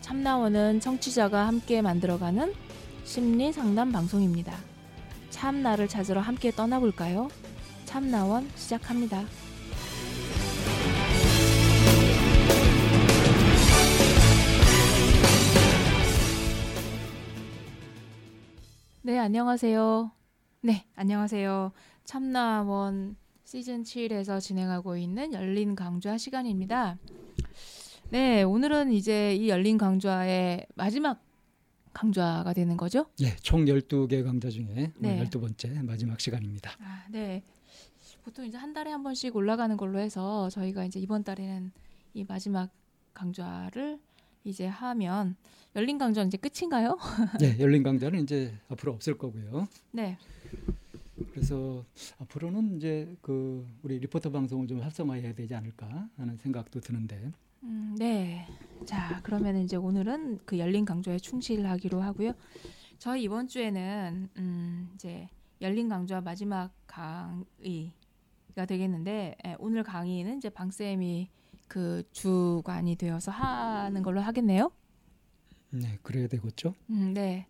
참나원은 청취자가 함께 만들어가는 심리 상담 방송입니다. 참나를 찾으러 함께 떠나볼까요? 참나원 시작합니다. 네, 안녕하세요. 네, 안녕하세요. 참나원 시즌 7에서 진행하고 있는 열린 강좌 시간입니다. 네, 오늘은 이제 이 열린 강좌의 마지막 강좌가 되는 거죠? 예, 총 12개 강좌 중에 네. 오늘 12번째 마지막 시간입니다. 아, 네. 보통 이제 한 달에 한 번씩 올라가는 걸로 해서 저희가 이제 이번 달에는 이 마지막 강좌를 이제 하면 열린 강좌는 이제 끝인가요? 예, 열린 강좌는 이제 앞으로 없을 거고요. 네. 그래서 앞으로는 이제 그 우리 리포터 방송을 좀 활성화해야 되지 않을까 하는 생각도 드는데. 음, 네. 자, 그러면 이제 오늘은 그 열린 강좌에 충실하기로 하고요. 저희 이번 주에는 음, 이제 열린 강좌 마지막 강의가 되겠는데 예, 오늘 강의는 이제 방 쌤이 그 주관이 되어서 하는 걸로 하겠네요. 네, 그래야 되겠죠. 음, 네.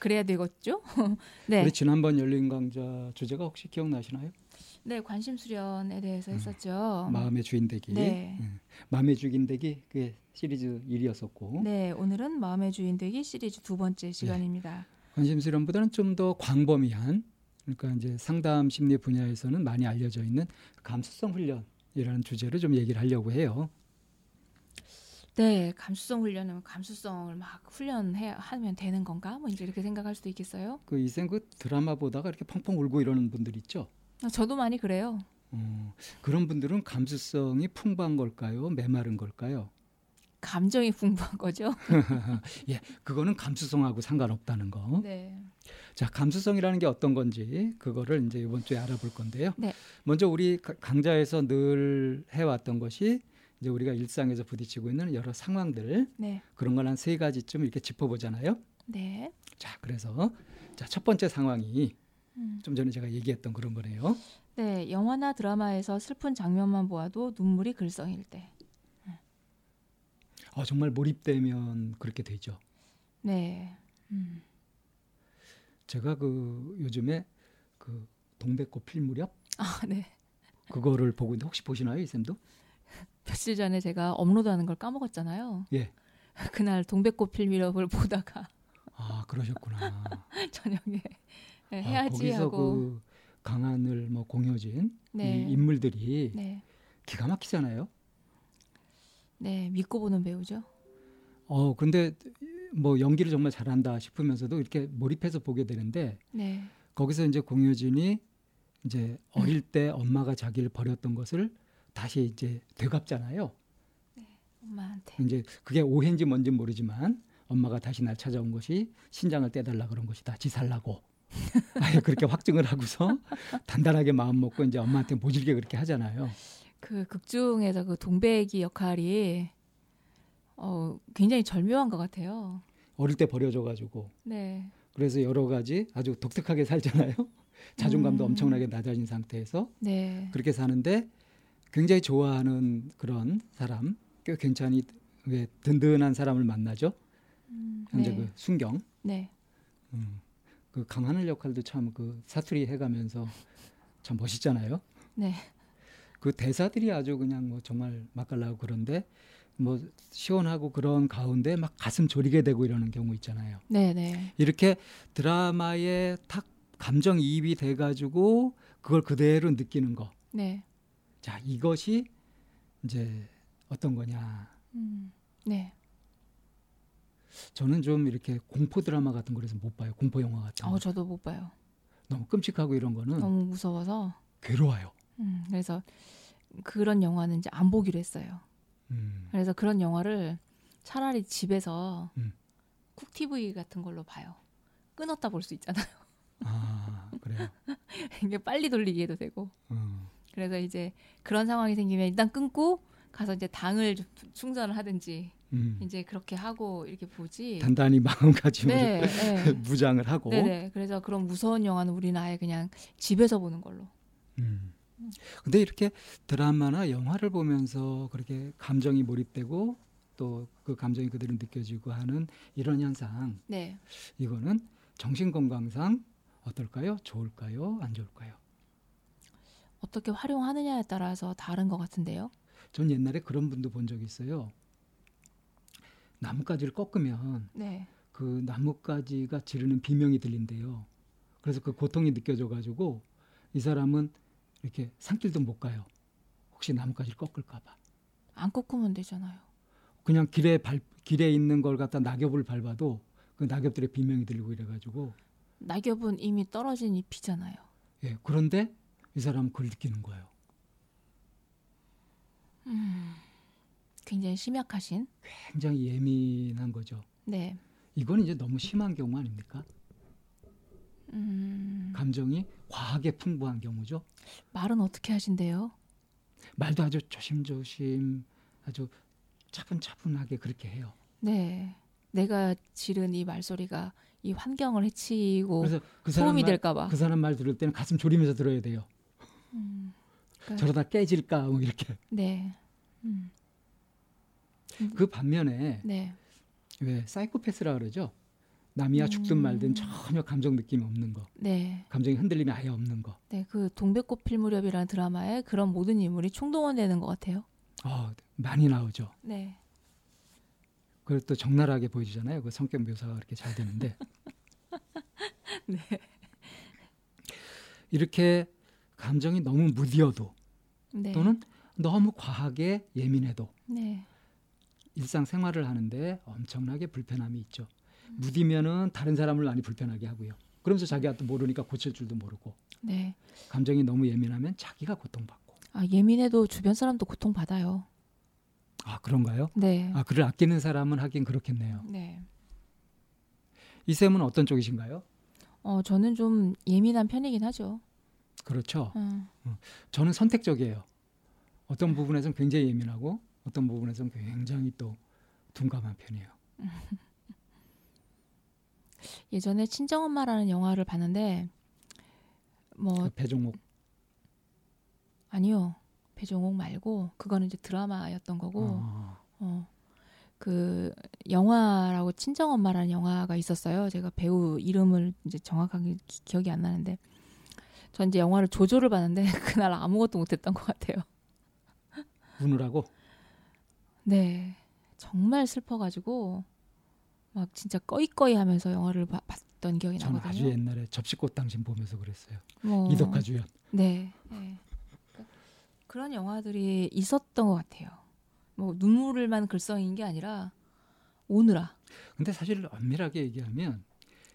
그래야 되겠죠? 네. 우리 지난번 열린 강좌 주제가 혹시 기억나시나요? 네, 관심 수련에 대해서 했었죠. 음. 마음의 주인되기. 어. 네. 마음의 주인되기 그게 시리즈 1이었었고 네, 오늘은 마음의 주인 되기 시리즈 두 번째 시간입니다. 관심 수련보다는 좀 더 광범위한 그러니까 이제 상담 심리 분야에서는 많이 알려져 있는 감수성 훈련이라는 주제로 좀 얘기를 하려고 해요. 네, 감수성 훈련은 감수성을 막 훈련해 하면 되는 건가? 뭐 이제 이렇게 생각할 수도 있겠어요. 그 이생 그 드라마 보다가 이렇게 펑펑 울고 이러는 분들 있죠. 아, 저도 많이 그래요. 어, 그런 분들은 감수성이 풍부한 걸까요? 메마른 걸까요? 감정이 풍부한 거죠. 예, 그거는 감수성하고 상관없다는 거. 네. 자, 감수성이라는 게 어떤 건지 그거를 이제 이번 주에 알아볼 건데요. 네. 먼저 우리 가- 강좌에서 늘 해왔던 것이 이제 우리가 일상에서 부딪히고 있는 여러 상황들 네. 그런 걸 한 세 가지쯤 이렇게 짚어보잖아요. 네. 자, 그래서 자, 첫 번째 상황이 음. 좀 전에 제가 얘기했던 그런 거네요. 네, 영화나 드라마에서 슬픈 장면만 보아도 눈물이 글썽일 때. 어, 정말 몰입되면 그렇게 되죠. 네. 음. 제가 그 요즘에 그 동백꽃 필 무렵 아, 네. 그거를 보고 있는데 혹시 보시나요, 이 쌤도? 며칠 전에 제가 업로드하는 걸 까먹었잖아요. 예. 그날 동백꽃 필 미럽을 보다가 아 그러셨구나. 저녁에 네, 아, 해야지 거기서 하고 그 강하늘, 뭐 공효진 네. 이 인물들이 네. 기가 막히잖아요. 네, 믿고 보는 배우죠. 어 근데 뭐 연기를 정말 잘한다 싶으면서도 이렇게 몰입해서 보게 되는데 네. 거기서 이제 공효진이 이제 어릴 때 엄마가 자기를 버렸던 것을 다시 이제 되갚잖아요. 엄마한테. 이제 그게 오해인지 뭔지 모르지만 엄마가 다시 날 찾아온 것이 신장을 떼달라 그런 것이다. 지살라고. 아예 그렇게 확증을 하고서 단단하게 마음 먹고 이제 엄마한테 모질게 그렇게 하잖아요. 그 극중에서 그 동백이 역할이 어, 굉장히 절묘한 것 같아요. 어릴 때 버려져 가지고 네. 그래서 여러 가지 아주 독특하게 살잖아요. 자존감도 음. 엄청나게 낮아진 상태에서 네. 그렇게 사는데 굉장히 좋아하는 그런 사람, 꽤 괜찮이 왜 든든한 사람을 만나죠. 음, 현재 네. 그 순경. 네. 음, 그 강하늘 역할도 참 그 사투리 해가면서 참 멋있잖아요. 네. 그 대사들이 아주 그냥 뭐 정말 맛깔나고 그런데 뭐 시원하고 그런 가운데 막 가슴 졸이게 되고 이러는 경우 있잖아요. 네, 네. 이렇게 드라마에 탁 감정 이입이 돼가지고 그걸 그대로 느끼는 거. 네. 자 이것이 이제 어떤 거냐. 음. 네. 저는 좀 이렇게 공포 드라마 같은 거라서 못 봐요. 공포 영화 같은 거. 어, 저도 어. 못 봐요. 너무 끔찍하고 이런 거는 너무 무서워서. 괴로워요. 음, 그래서 그런 영화는 이제 안 보기로 했어요. 음. 그래서 그런 영화를 차라리 집에서 음. 쿡 TV 같은 걸로 봐요. 끊었다 볼 수 있잖아요. 아 그래요. 이게 빨리 돌리기도 되고. 어. 그래서 이제 그런 상황이 생기면 일단 끊고 가서 이제 당을 좀 충전을 하든지 음. 이제 그렇게 하고 이렇게 보지. 단단히 마음가짐을 네, 네. 무장을 하고. 네, 네. 그래서 그런 무서운 영화는 우리는 아예 그냥 집에서 보는 걸로. 음. 근데 이렇게 드라마나 영화를 보면서 그렇게 감정이 몰입되고 또 그 감정이 그대로 느껴지고 하는 이런 현상 네. 이거는 정신 건강상 어떨까요? 좋을까요? 안 좋을까요? 어떻게 활용하느냐에 따라서 다른 것 같은데요. 전 옛날에 그런 분도 본 적이 있어요. 나뭇가지를 꺾으면 네. 그 나뭇가지가 지르는 비명이 들린대요. 그래서 그 고통이 느껴져가지고 이 사람은 이렇게 산길도 못 가요. 혹시 나뭇가지를 꺾을까봐. 안 꺾으면 되잖아요. 그냥 길에 발 길에 있는 걸 갖다 낙엽을 밟아도 그 낙엽들의 비명이 들리고 이래가지고 낙엽은 이미 떨어진 잎이잖아요. 예 그런데 이 사람은 그걸 느끼는 거예요. 굉장히 심약하신. 굉장히 예민한 거죠. 네. 이건 이제 너무 심한 경우 아닙니까? 음, 감정이 과하게 풍부한 경우죠. 말은 어떻게 하신대요? 말도 아주 조심조심 아주 차분차분하게 그렇게 해요. 네. 내가 지른 이 말소리가 이 환경을 해치고 그래서 그 사람 어, 소음이 말, 될까봐. 그 사람 말 들을 때는 가슴 졸이면서 들어야 돼요. 음, 그러니까- 저러다 깨질까 뭐 이렇게. 네. 음, 그 반면에 네. 왜 사이코패스라 그러죠. 남이야 죽든 음. 말든 전혀 감정 느낌 없는 거. 네. 감정이 흔들림이 아예 없는 거. 네. 그 동백꽃 필 무렵이라는 드라마에 그런 모든 인물이 총동원되는 것 같아요. 어, 많이 나오죠. 네. 그걸 또 적나라하게 보여주잖아요. 그 성격 묘사가 그렇게 잘 되는데. 네. 이렇게 감정이 너무 무디어도 네. 또는 너무 과하게 예민해도 네. 일상생활을 하는데 엄청나게 불편함이 있죠. 음. 무디면은 다른 사람을 많이 불편하게 하고요. 그러면서 자기가 또 모르니까 고칠 줄도 모르고 네. 감정이 너무 예민하면 자기가 고통받고 아, 예민해도 주변 사람도 고통받아요. 아 그런가요? 네. 아 그를 아끼는 사람은 하긴 그렇겠네요. 네. 이 쌤은 어떤 쪽이신가요? 어, 저는 좀 예민한 편이긴 하죠. 그렇죠. 음, 저는 선택적이에요. 어떤 부분에서는 굉장히 예민하고 어떤 부분에서는 굉장히 또 둔감한 편이에요. 예전에 친정엄마라는 영화를 봤는데 뭐 그 배종옥 아니요. 배종옥 말고 그거는 이제 드라마였던 거고 어, 어. 그 영화라고 친정 엄마라는 영화가 있었어요. 제가 배우 이름을 이제 정확하게 기- 기억이 안 나는데 전 이제 영화를 조조를 봤는데 그날 아무것도 못했던 것 같아요. 우느라고 네, 정말 슬퍼가지고 막 진짜 꺼이꺼이 하면서 영화를 봐- 봤던 기억이 저는 아주 나거든요. 옛날에 접시꽃 당신 보면서 그랬어요. 뭐, 이덕화 주연. 네, 네. 그러니까 그런 영화들이 있었던 것 같아요. 뭐 눈물을만 글썽인 게 아니라 오느라. 근데 사실 엄밀하게 얘기하면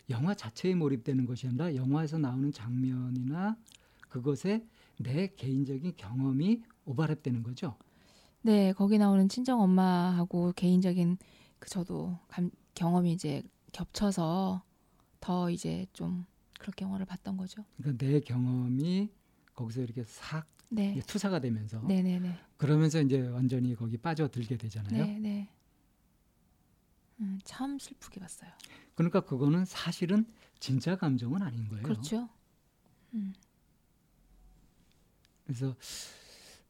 영화 자체에 몰입되는 것이 아니라 영화에서 나오는 장면이나 그것에 내 개인적인 경험이 오버랩되는 거죠. 네, 거기 나오는 친정 엄마하고 개인적인 그 저도 감, 경험이 이제 겹쳐서 더 이제 좀 그렇게 영화를 봤던 거죠. 그러니까 내 경험이 거기서 이렇게 싹 네, 투사가 되면서 네, 네, 네, 그러면서 이제 완전히 거기 빠져들게 되잖아요. 네, 네. 음, 참 슬프게 봤어요. 그러니까 그거는 사실은 진짜 감정은 아닌 거예요. 그렇죠. 그래서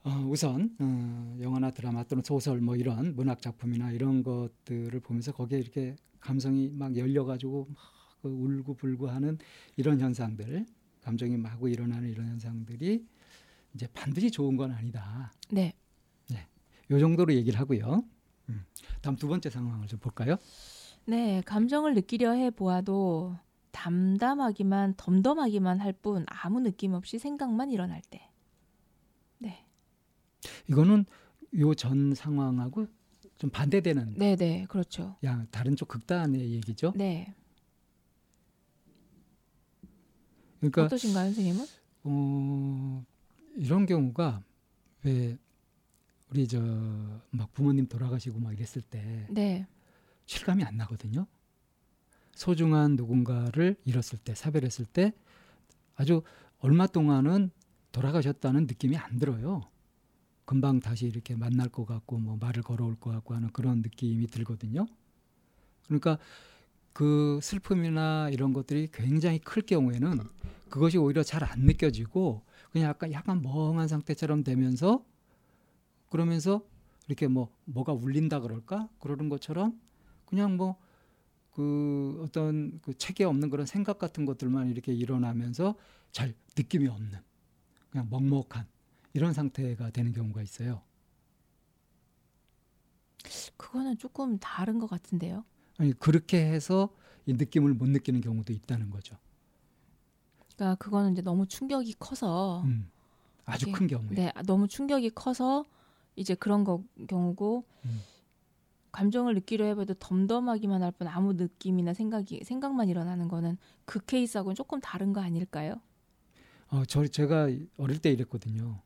어, 우선 어, 영화나 드라마 또는 소설 뭐 이런 문학 작품이나 이런 것들을 보면서 거기에 이렇게 감성이 막 열려가지고 막그 울고 불고 하는 이런 현상들 감정이 마구 일어나는 이런 현상들이 이제 반드시 좋은 건 아니다. 네, 요 정도로 얘기를 하고요. 음. 다음 두 번째 상황을 좀 볼까요? 네, 감정을 느끼려 해 보아도 담담하기만 덤덤하기만 할 뿐 아무 느낌 없이 생각만 일어날 때. 네, 이거는 요 전 상황하고 좀 반대되는 네, 네, 그렇죠. 야 다른 쪽 극단의 얘기죠. 네, 그러니까 어떠신가요, 선생님은? 어, 이런 경우가 왜 우리 저 막 부모님 돌아가시고 막 이랬을 때 네, 실감이 안 나거든요. 소중한 누군가를 잃었을 때 사별했을 때 아주 얼마 동안은 돌아가셨다는 느낌이 안 들어요. 금방 다시 이렇게 만날 것 같고 뭐 말을 걸어올 것 같고 하는 그런 느낌이 들거든요. 그러니까 그 슬픔이나 이런 것들이 굉장히 클 경우에는 그것이 오히려 잘 안 느껴지고 그냥 약간 약간 멍한 상태처럼 되면서 그러면서 이렇게 뭐 뭐가 울린다 그럴까 그러는 것처럼 그냥 뭐 그 어떤 그 책에 없는 그런 생각 같은 것들만 이렇게 일어나면서 잘 느낌이 없는 그냥 먹먹한 이런 상태가 되는 경우가 있어요. 그거는 조금 다른 것 같은데요. 아니 그렇게 해서 이 느낌을 못 느끼는 경우도 있다는 거죠. 그러니까 그거는 이제 너무 충격이 커서 음. 아주 이게- 큰 경우에. 어. 네 아, 너무 충격이 커서 이제 그런 거 경우고 음. 감정을 느끼려 해봐도 덤덤하기만 할 뿐 아무 느낌이나 생각이 생각만 일어나는 거는 그 케이스하고는 조금 다른 거 아닐까요? 어, 저 제가 어릴 때 이랬거든요.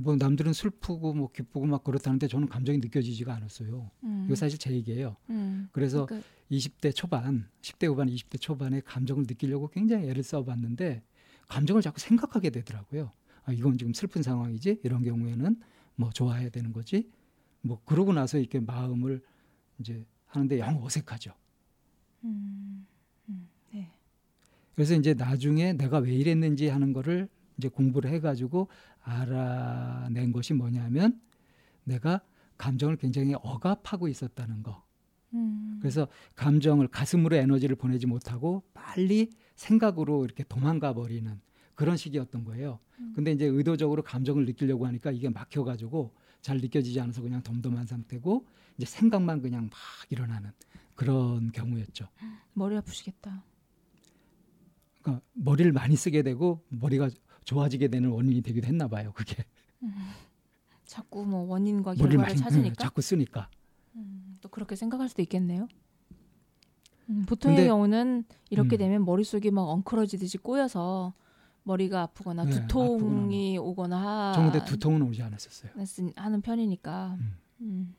뭐 남들은 슬프고 뭐 기쁘고 막 그렇다는데 저는 감정이 느껴지지가 않았어요. 음. 이거 사실 제 얘기예요. 음. 그래서 그러니까 20대 초반, 10대 후반, 20대 초반에 감정을 느끼려고 굉장히 애를 써봤는데 감정을 자꾸 생각하게 되더라고요. 아, 이건 지금 슬픈 상황이지. 이런 경우에는 뭐 좋아해야 되는 거지. 뭐 그러고 나서 이렇게 마음을 이제 하는데 영 어색하죠. 음. 음. 네. 그래서 이제 나중에 내가 왜 이랬는지 하는 거를 이제 공부를 해가지고 알아낸 것이 뭐냐면 내가 감정을 굉장히 억압하고 있었다는 거. 음. 그래서 감정을 가슴으로 에너지를 보내지 못하고 빨리 생각으로 이렇게 도망가 버리는 그런 식이었던 거예요. 음. 근데 이제 의도적으로 감정을 느끼려고 하니까 이게 막혀가지고 잘 느껴지지 않아서 그냥 덤덤한 상태고 이제 생각만 그냥 막 일어나는 그런 경우였죠. 머리 아프시겠다. 그러니까 머리를 많이 쓰게 되고 머리가 좋아지게 되는 원인이 되기도 했나 봐요. 그게 자꾸 뭐 원인과 머리를 결과를 찾으니까 예, 자꾸 쓰니까. 음, 또 그렇게 생각할 수도 있겠네요. 음, 보통의 근데- 경우는 이렇게 음. 되면 머릿속이 막 엉클어지듯이 꼬여서 머리가 아프거나 네, 두통이 오거나 하... 저는 근데 두통은 오지 않았었어요. 말씀- 하는 편이니까. 음. 음.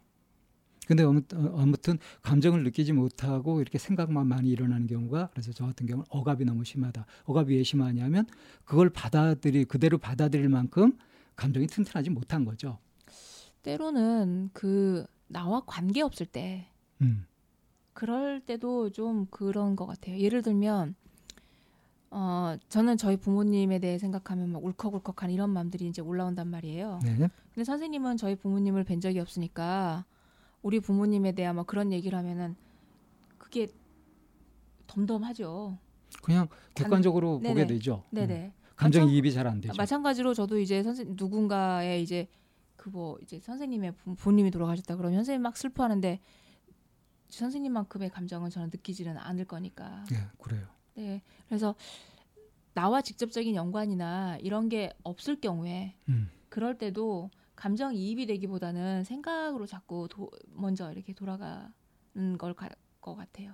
근데 아무- 어, 아무튼 감정을 느끼지 못하고 이렇게 생각만 많이 일어나는 경우가 그래서 저 같은 경우는 억압이 너무 심하다. 억압이 왜 심하냐면 그걸 받아들이 그대로 받아들일 만큼 감정이 튼튼하지 못한 거죠. 때로는 그 나와 관계 없을 때 음. 그럴 때도 좀 그런 것 같아요. 예를 들면 어 저는 저희 부모님에 대해 생각하면 막 울컥울컥한 이런 마음들이 이제 올라온단 말이에요. 네. 근데 선생님은 저희 부모님을 뵌 적이 없으니까 우리 부모님에 대한 막 그런 얘기를 하면은 그게 덤덤하죠. 그냥 객관적으로 네네. 보게 되죠. 음. 네네. 그렇죠. 아, 감정이입이 잘 안 되죠. 마찬가지로 저도 이제 선생 누군가의 이제 그 뭐 이제 선생님의 부- 본님이 돌아가셨다 그러면 선생님 막 슬퍼하는데 선생님만큼의 감정은 저는 느끼지는 않을 거니까. 예, 그래요. 네. 그래서 나와 직접적인 연관이나 이런 게 없을 경우에 음. 그럴 때도 감정 이입이 되기보다는 생각으로 자꾸 도- 먼저 이렇게 돌아가는 걸 것 같아요.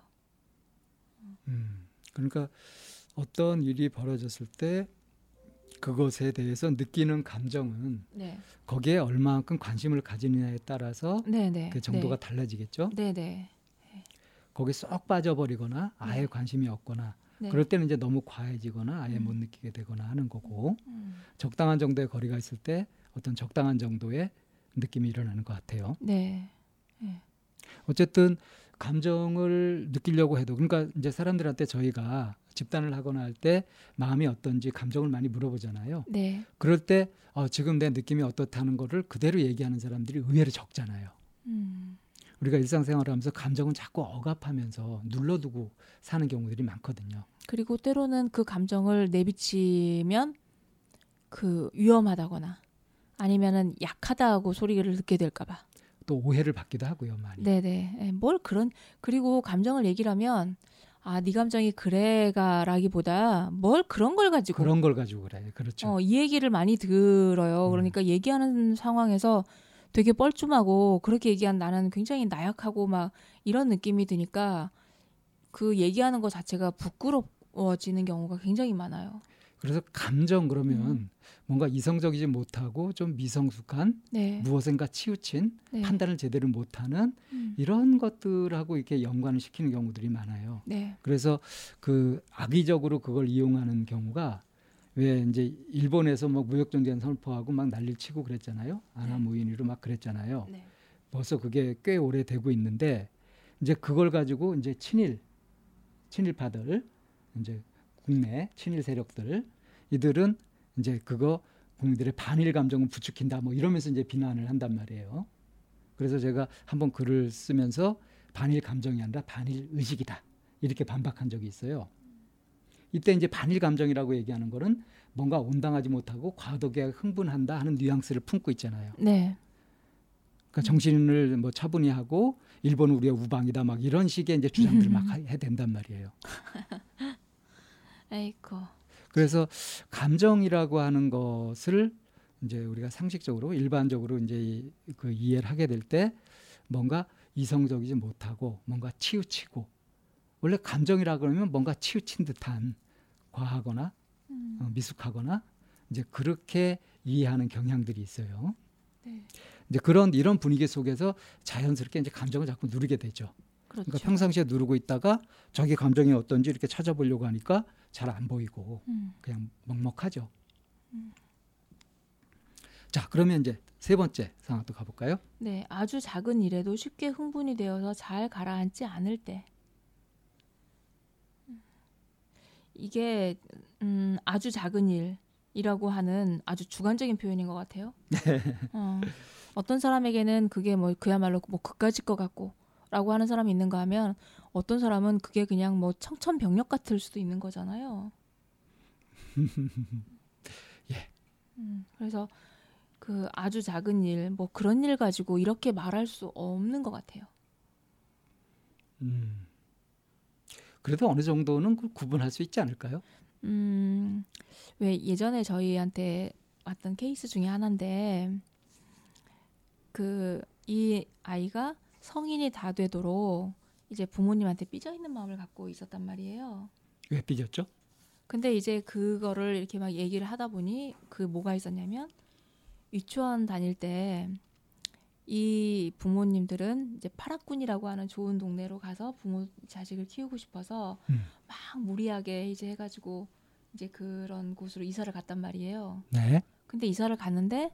음, 그러니까 어떤 일이 벌어졌을 때 그것에 대해서 느끼는 감정은 네, 거기에 얼마만큼 관심을 가지느냐에 따라서 네, 네. 그 정도가 달라지겠죠. 네, 네, 거기 쏙 빠져버리거나 아예 네. 관심이 없거나 네. 그럴 때는 이제 너무 과해지거나 아예 음. 못 느끼게 되거나 하는 거고 음. 적당한 정도의 거리가 있을 때 어떤 적당한 정도의 느낌이 일어나는 것 같아요. 네, 어쨌든 감정을 느끼려고 해도 그러니까 이제 사람들한테 저희가 집단을 하거나 할 때 마음이 어떤지 감정을 많이 물어보잖아요. 네. 그럴 때 어, 지금 내 느낌이 어떻다는 거를 그대로 얘기하는 사람들이 의외로 적잖아요. 음. 우리가 일상생활하면서 감정은 자꾸 억압하면서 눌러두고 사는 경우들이 많거든요. 그리고 때로는 그 감정을 내비치면 그 위험하다거나 아니면은 약하다고 소리를 듣게 될까봐. 또 오해를 받기도 하고요, 많이. 네네. 예, 뭘 그런 그리고 감정을 얘기하면 아, 네 감정이 그래가라기보다 뭘 그런 걸 가지고 그런 걸 가지고 그래. 그렇죠. 어, 이 얘기를 많이 들어요. 음. 그러니까 얘기하는 상황에서 되게 뻘쭘하고 그렇게 얘기한 나는 굉장히 나약하고 막 이런 느낌이 드니까 그 얘기하는 것 자체가 부끄러워지는 경우가 굉장히 많아요. 그래서 감정 그러면 음. 뭔가 이성적이지 못하고 좀 미성숙한 네. 무엇인가 치우친 네. 판단을 제대로 못하는 음. 이런 것들하고 이렇게 연관을 시키는 경우들이 많아요. 네. 그래서 그 악의적으로 그걸 이용하는 경우가 왜 이제 일본에서 뭐 무역 전쟁 선포하고 막 난리를 치고 그랬잖아요. 아나무인으로 막 그랬잖아요. 네. 벌써 그게 꽤 오래 되고 있는데 이제 그걸 가지고 이제 친일 친일파들 이제 국내 친일 세력들 이들은 이제 그거 국민들의 반일 감정을 부추긴다 뭐 이러면서 이제 비난을 한단 말이에요. 그래서 제가 한번 글을 쓰면서 반일 감정이 아니라 반일 의식이다 이렇게 반박한 적이 있어요. 이때 이제 반일 감정이라고 얘기하는 거는 뭔가 온당하지 못하고 과도하게 흥분한다 하는 뉘앙스를 품고 있잖아요. 네. 그러니까 정신을 뭐 차분히 하고 일본 우리의 우방이다 막 이런 식의 이제 주장들을 막 하- 해댄단 말이에요. 에이코. 그래서 감정이라고 하는 것을 이제 우리가 상식적으로 일반적으로 이제 이- 그 이해를 하게 될 때 뭔가 이성적이지 못하고 뭔가 치우치고 원래 감정이라 그러면 뭔가 치우친 듯한 과하거나 음. 어, 미숙하거나 이제 그렇게 이해하는 경향들이 있어요. 네. 이제 그런 이런 분위기 속에서 자연스럽게 이제 감정을 자꾸 누르게 되죠. 그렇죠. 그러니까 평상시에 누르고 있다가 자기 감정이 어떤지 이렇게 찾아보려고 하니까 잘 안 보이고 음. 그냥 먹먹하죠. 음. 자, 그러면 이제 세 번째 상황 또 가볼까요? 네, 아주 작은 일에도 쉽게 흥분이 되어서 잘 가라앉지 않을 때. 이게 음, 아주 작은 일이라고 하는 아주 주관적인 표현인 것 같아요. 어, 어떤 사람에게는 그게 뭐 그야말로 뭐 그까짓 것 같고 라고 하는 사람이 있는가 하면 어떤 사람은 그게 그냥 뭐 청천벽력 같을 수도 있는 거잖아요. 예. 음, 그래서 그 아주 작은 일, 뭐 그런 일 가지고 이렇게 말할 수 없는 것 같아요. 음. 그래도 어느 정도는 그 구분할 수 있지 않을까요? 음, 왜 예전에 저희한테 왔던 케이스 중에 하나인데, 그 이 아이가 성인이 다 되도록 이제 부모님한테 삐져 있는 마음을 갖고 있었단 말이에요. 왜 삐졌죠? 근데 이제 그거를 이렇게 막 얘기를 하다 보니 그 뭐가 있었냐면 유치원 다닐 때 이 부모님들은 이제 파락군이라고 하는 좋은 동네로 가서 부모 자식을 키우고 싶어서 음. 막 무리하게 이제 해가지고 이제 그런 곳으로 이사를 갔단 말이에요. 네. 근데 이사를 갔는데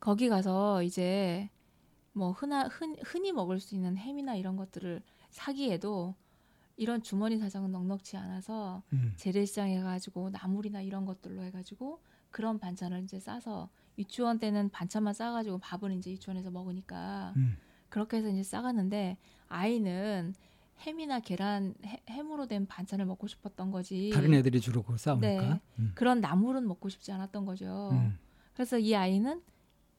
거기 가서 이제 뭐 흔하, 흔, 흔히 먹을 수 있는 햄이나 이런 것들을 사기에도 이런 주머니 사정은 넉넉치 않아서 음. 재래시장 해가지고 나물이나 이런 것들로 해가지고 그런 반찬을 이제 싸서 유치원 때는 반찬만 싸가지고 밥은 이제 유치원에서 먹으니까 음. 그렇게 해서 이제 싸갔는데 아이는 햄이나 계란 해- 햄으로 된 반찬을 먹고 싶었던 거지 다른 애들이 주로 그거 싸우니까. 네. 음. 그런 나물은 먹고 싶지 않았던 거죠. 음. 그래서 이 아이는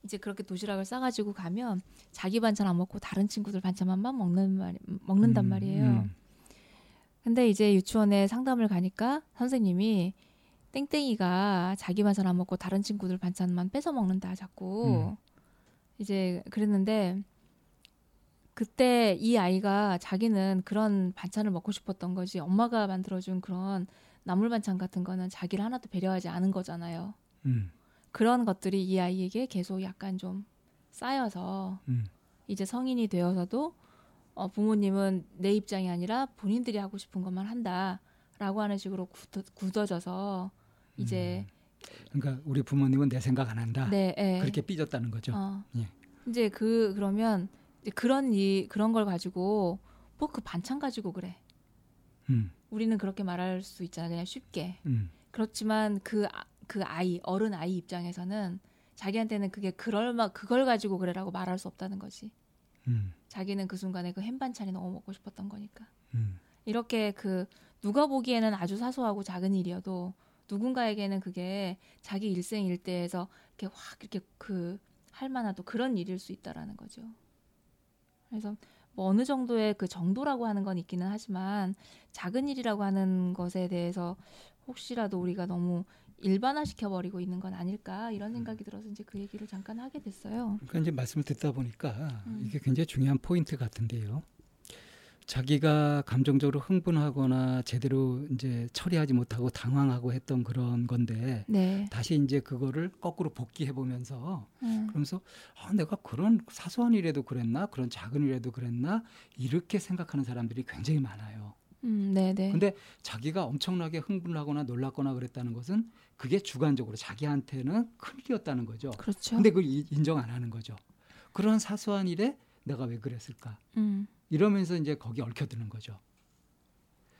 이제 그렇게 도시락을 싸가지고 가면 자기 반찬 안 먹고 다른 친구들 반찬만 먹는 말 먹는단 음, 말이에요. 음. 근데 이제 유치원에 상담을 가니까 선생님이 땡땡이가 자기 반찬 안 먹고 다른 친구들 반찬만 뺏어 먹는다 자꾸 이제 그랬는데 그때 이 아이가 자기는 그런 반찬을 먹고 싶었던 거지 엄마가 만들어준 그런 나물 반찬 같은 거는 자기를 하나도 배려하지 않은 거잖아요. 음. 그런 것들이 이 아이에게 계속 약간 좀 쌓여서 음. 이제 성인이 되어서도 어, 부모님은 내 입장이 아니라 본인들이 하고 싶은 것만 한다라고 하는 식으로 굳어, 굳어져서 이제 그러니까 우리 부모님은 내 생각 안 한다. 네, 예. 음. 아, 그렇게 삐졌다는 거죠. 어. 예. 이제 그 그러면 이제 그런 이 그런 걸 가지고 뭐 그 반찬 가지고 그래. 음. 우리는 그렇게 말할 수 있잖아 그냥 쉽게. 음. 그렇지만 그, 아- 그 아이 어른 아이 입장에서는 자기한테는 그게 그럴 막 그걸 가지고 그래라고 말할 수 없다는 거지. 음. 자기는 그 순간에 그 햄반찬이 너무 먹고 싶었던 거니까. 음. 이렇게 그 누가 보기에는 아주 사소하고 작은 일이어도 누군가에게는 그게 자기 일생 일대에서 이렇게 확 이렇게 그 할 만한 또 그런 일일 수 있다라는 거죠. 그래서 뭐 어느 정도의 그 정도라고 하는 건 있기는 하지만 작은 일이라고 하는 것에 대해서 혹시라도 우리가 너무 일반화 시켜버리고 있는 건 아닐까 음. 이런 생각이 들어서 이제 그 얘기를 잠깐 하게 됐어요. 그러니까 이제 말씀을 듣다 보니까 음. 이게 굉장히 중요한 포인트 같은데요. 자기가 감정적으로 흥분하거나 제대로 이제 처리하지 못하고 당황하고 했던 그런 건데 네. 다시 이제 그거를 거꾸로 복귀해 보면서 음. 그러면서 아, 내가 그런 사소한 일에도 그랬나 그런 작은 일에도 그랬나 이렇게 생각하는 사람들이 굉장히 많아요. 음, 네, 네. 근데 자기가 엄청나게 흥분하거나 놀랐거나 그랬다는 것은 그게 주관적으로 자기한테는 큰 일이었다는 거죠. 그렇죠. 근데 그걸 이- 인정 안 하는 거죠. 그런 사소한 일에 내가 왜 그랬을까? 음. 이러면서 이제 거기 얽혀드는 거죠.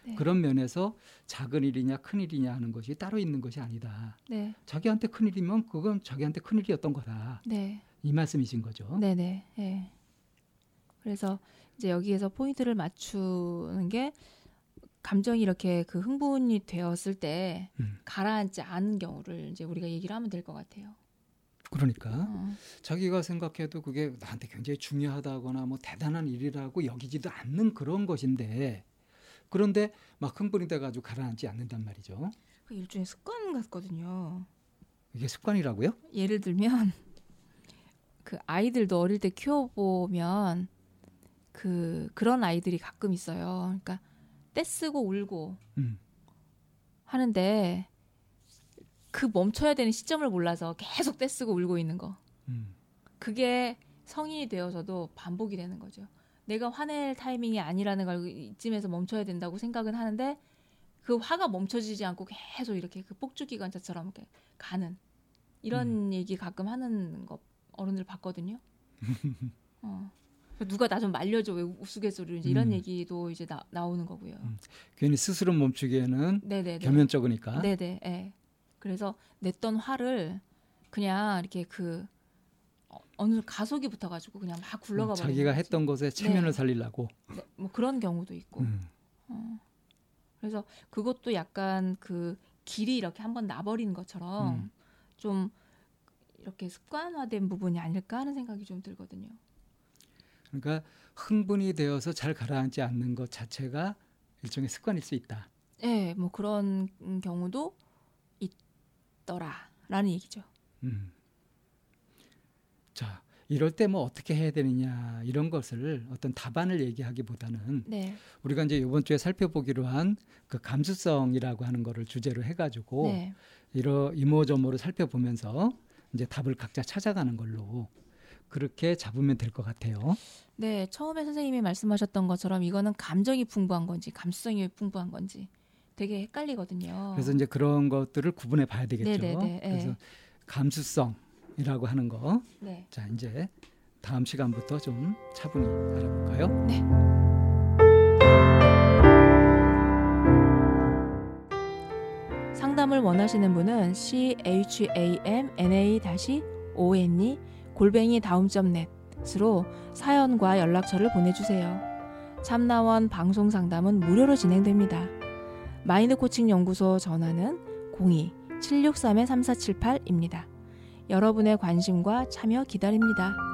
네. 그런 면에서 작은 일이냐 큰 일이냐 하는 것이 따로 있는 것이 아니다. 네. 자기한테 큰 일이면 그건 자기한테 큰 일이었던 거다. 네. 이 말씀이신 거죠. 네네. 예. 그래서 이제 여기에서 포인트를 맞추는 게 감정이 이렇게 그 흥분이 되었을 때 음. 가라앉지 않은 경우를 이제 우리가 얘기를 하면 될 것 같아요. 그러니까 어, 자기가 생각해도 그게 나한테 굉장히 중요하다거나 뭐 대단한 일이라고 여기지도 않는 그런 것인데 그런데 막 흥분이 돼가지고 가라앉지 않는단 말이죠. 그 일종의 습관 같거든요. 이게 습관이라고요? 예를 들면 그 아이들도 어릴 때 키워보면 그 그런 아이들이 가끔 있어요. 그러니까 떼쓰고 울고 음. 하는데 그 멈춰야 되는 시점을 몰라서 계속 떼쓰고 울고 있는 거. 음. 그게 성인이 되어서도 반복이 되는 거죠. 내가 화낼 타이밍이 아니라는 걸 이쯤에서 멈춰야 된다고 생각은 하는데 그 화가 멈춰지지 않고 계속 이렇게 그 폭주기관차처럼 이렇게 가는 이런 음. 얘기 가끔 하는 거 어른들 봤거든요. 어. 누가 나 좀 말려줘 왜 우스갯소리로 이제 이런 음. 얘기도 이제 나, 나오는 거고요. 음. 괜히 스스로 멈추기에는 네네네. 겸연쩍으니까. 네네. 예. 그래서 냈던 화를 그냥 이렇게 그 어, 어느 가속이 붙어가지고 그냥 막 굴러가 음, 버리는 자기가 거지. 했던 것에 체면을 네. 살리려고. 네, 뭐 그런 경우도 있고. 음. 어. 그래서 그것도 약간 그 길이 이렇게 한번 나버린 것처럼 음. 좀 이렇게 습관화된 부분이 아닐까 하는 생각이 좀 들거든요. 그러니까 흥분이 되어서 잘 가라앉지 않는 것 자체가 일종의 습관일 수 있다. 예, 뭐 그런 경우도 있더라라는 얘기죠. 음. 자, 이럴 때 뭐 어떻게 해야 되느냐 이런 것을 어떤 답안을 얘기하기보다는 네, 우리가 이제 이번 주에 살펴보기로 한 그 감수성이라고 하는 거를 주제로 해가지고 네, 이러 이모저모로 살펴보면서 이제 답을 각자 찾아가는 걸로 그렇게 잡으면 될 것 같아요. 네. 처음에 선생님이 말씀하셨던 것처럼 이거는 감정이 풍부한 건지 감수성이 풍부한 건지 되게 헷갈리거든요. 그래서 이제 그런 것들을 구분해 봐야 되겠죠. 어. 네네네, 예. 그래서 감수성이라고 하는 거. 네, 자, 이제 다음 시간부터 좀 차분히 알아볼까요? 네. 상담을 원하시는 분은 c h a m n a o n e 골뱅이 다음점 넷으로 사연과 연락처를 보내주세요. 참나원 방송 상담은 무료로 진행됩니다. 마인드 코칭 연구소 전화는 02-763-3478입니다. 여러분의 관심과 참여 기다립니다.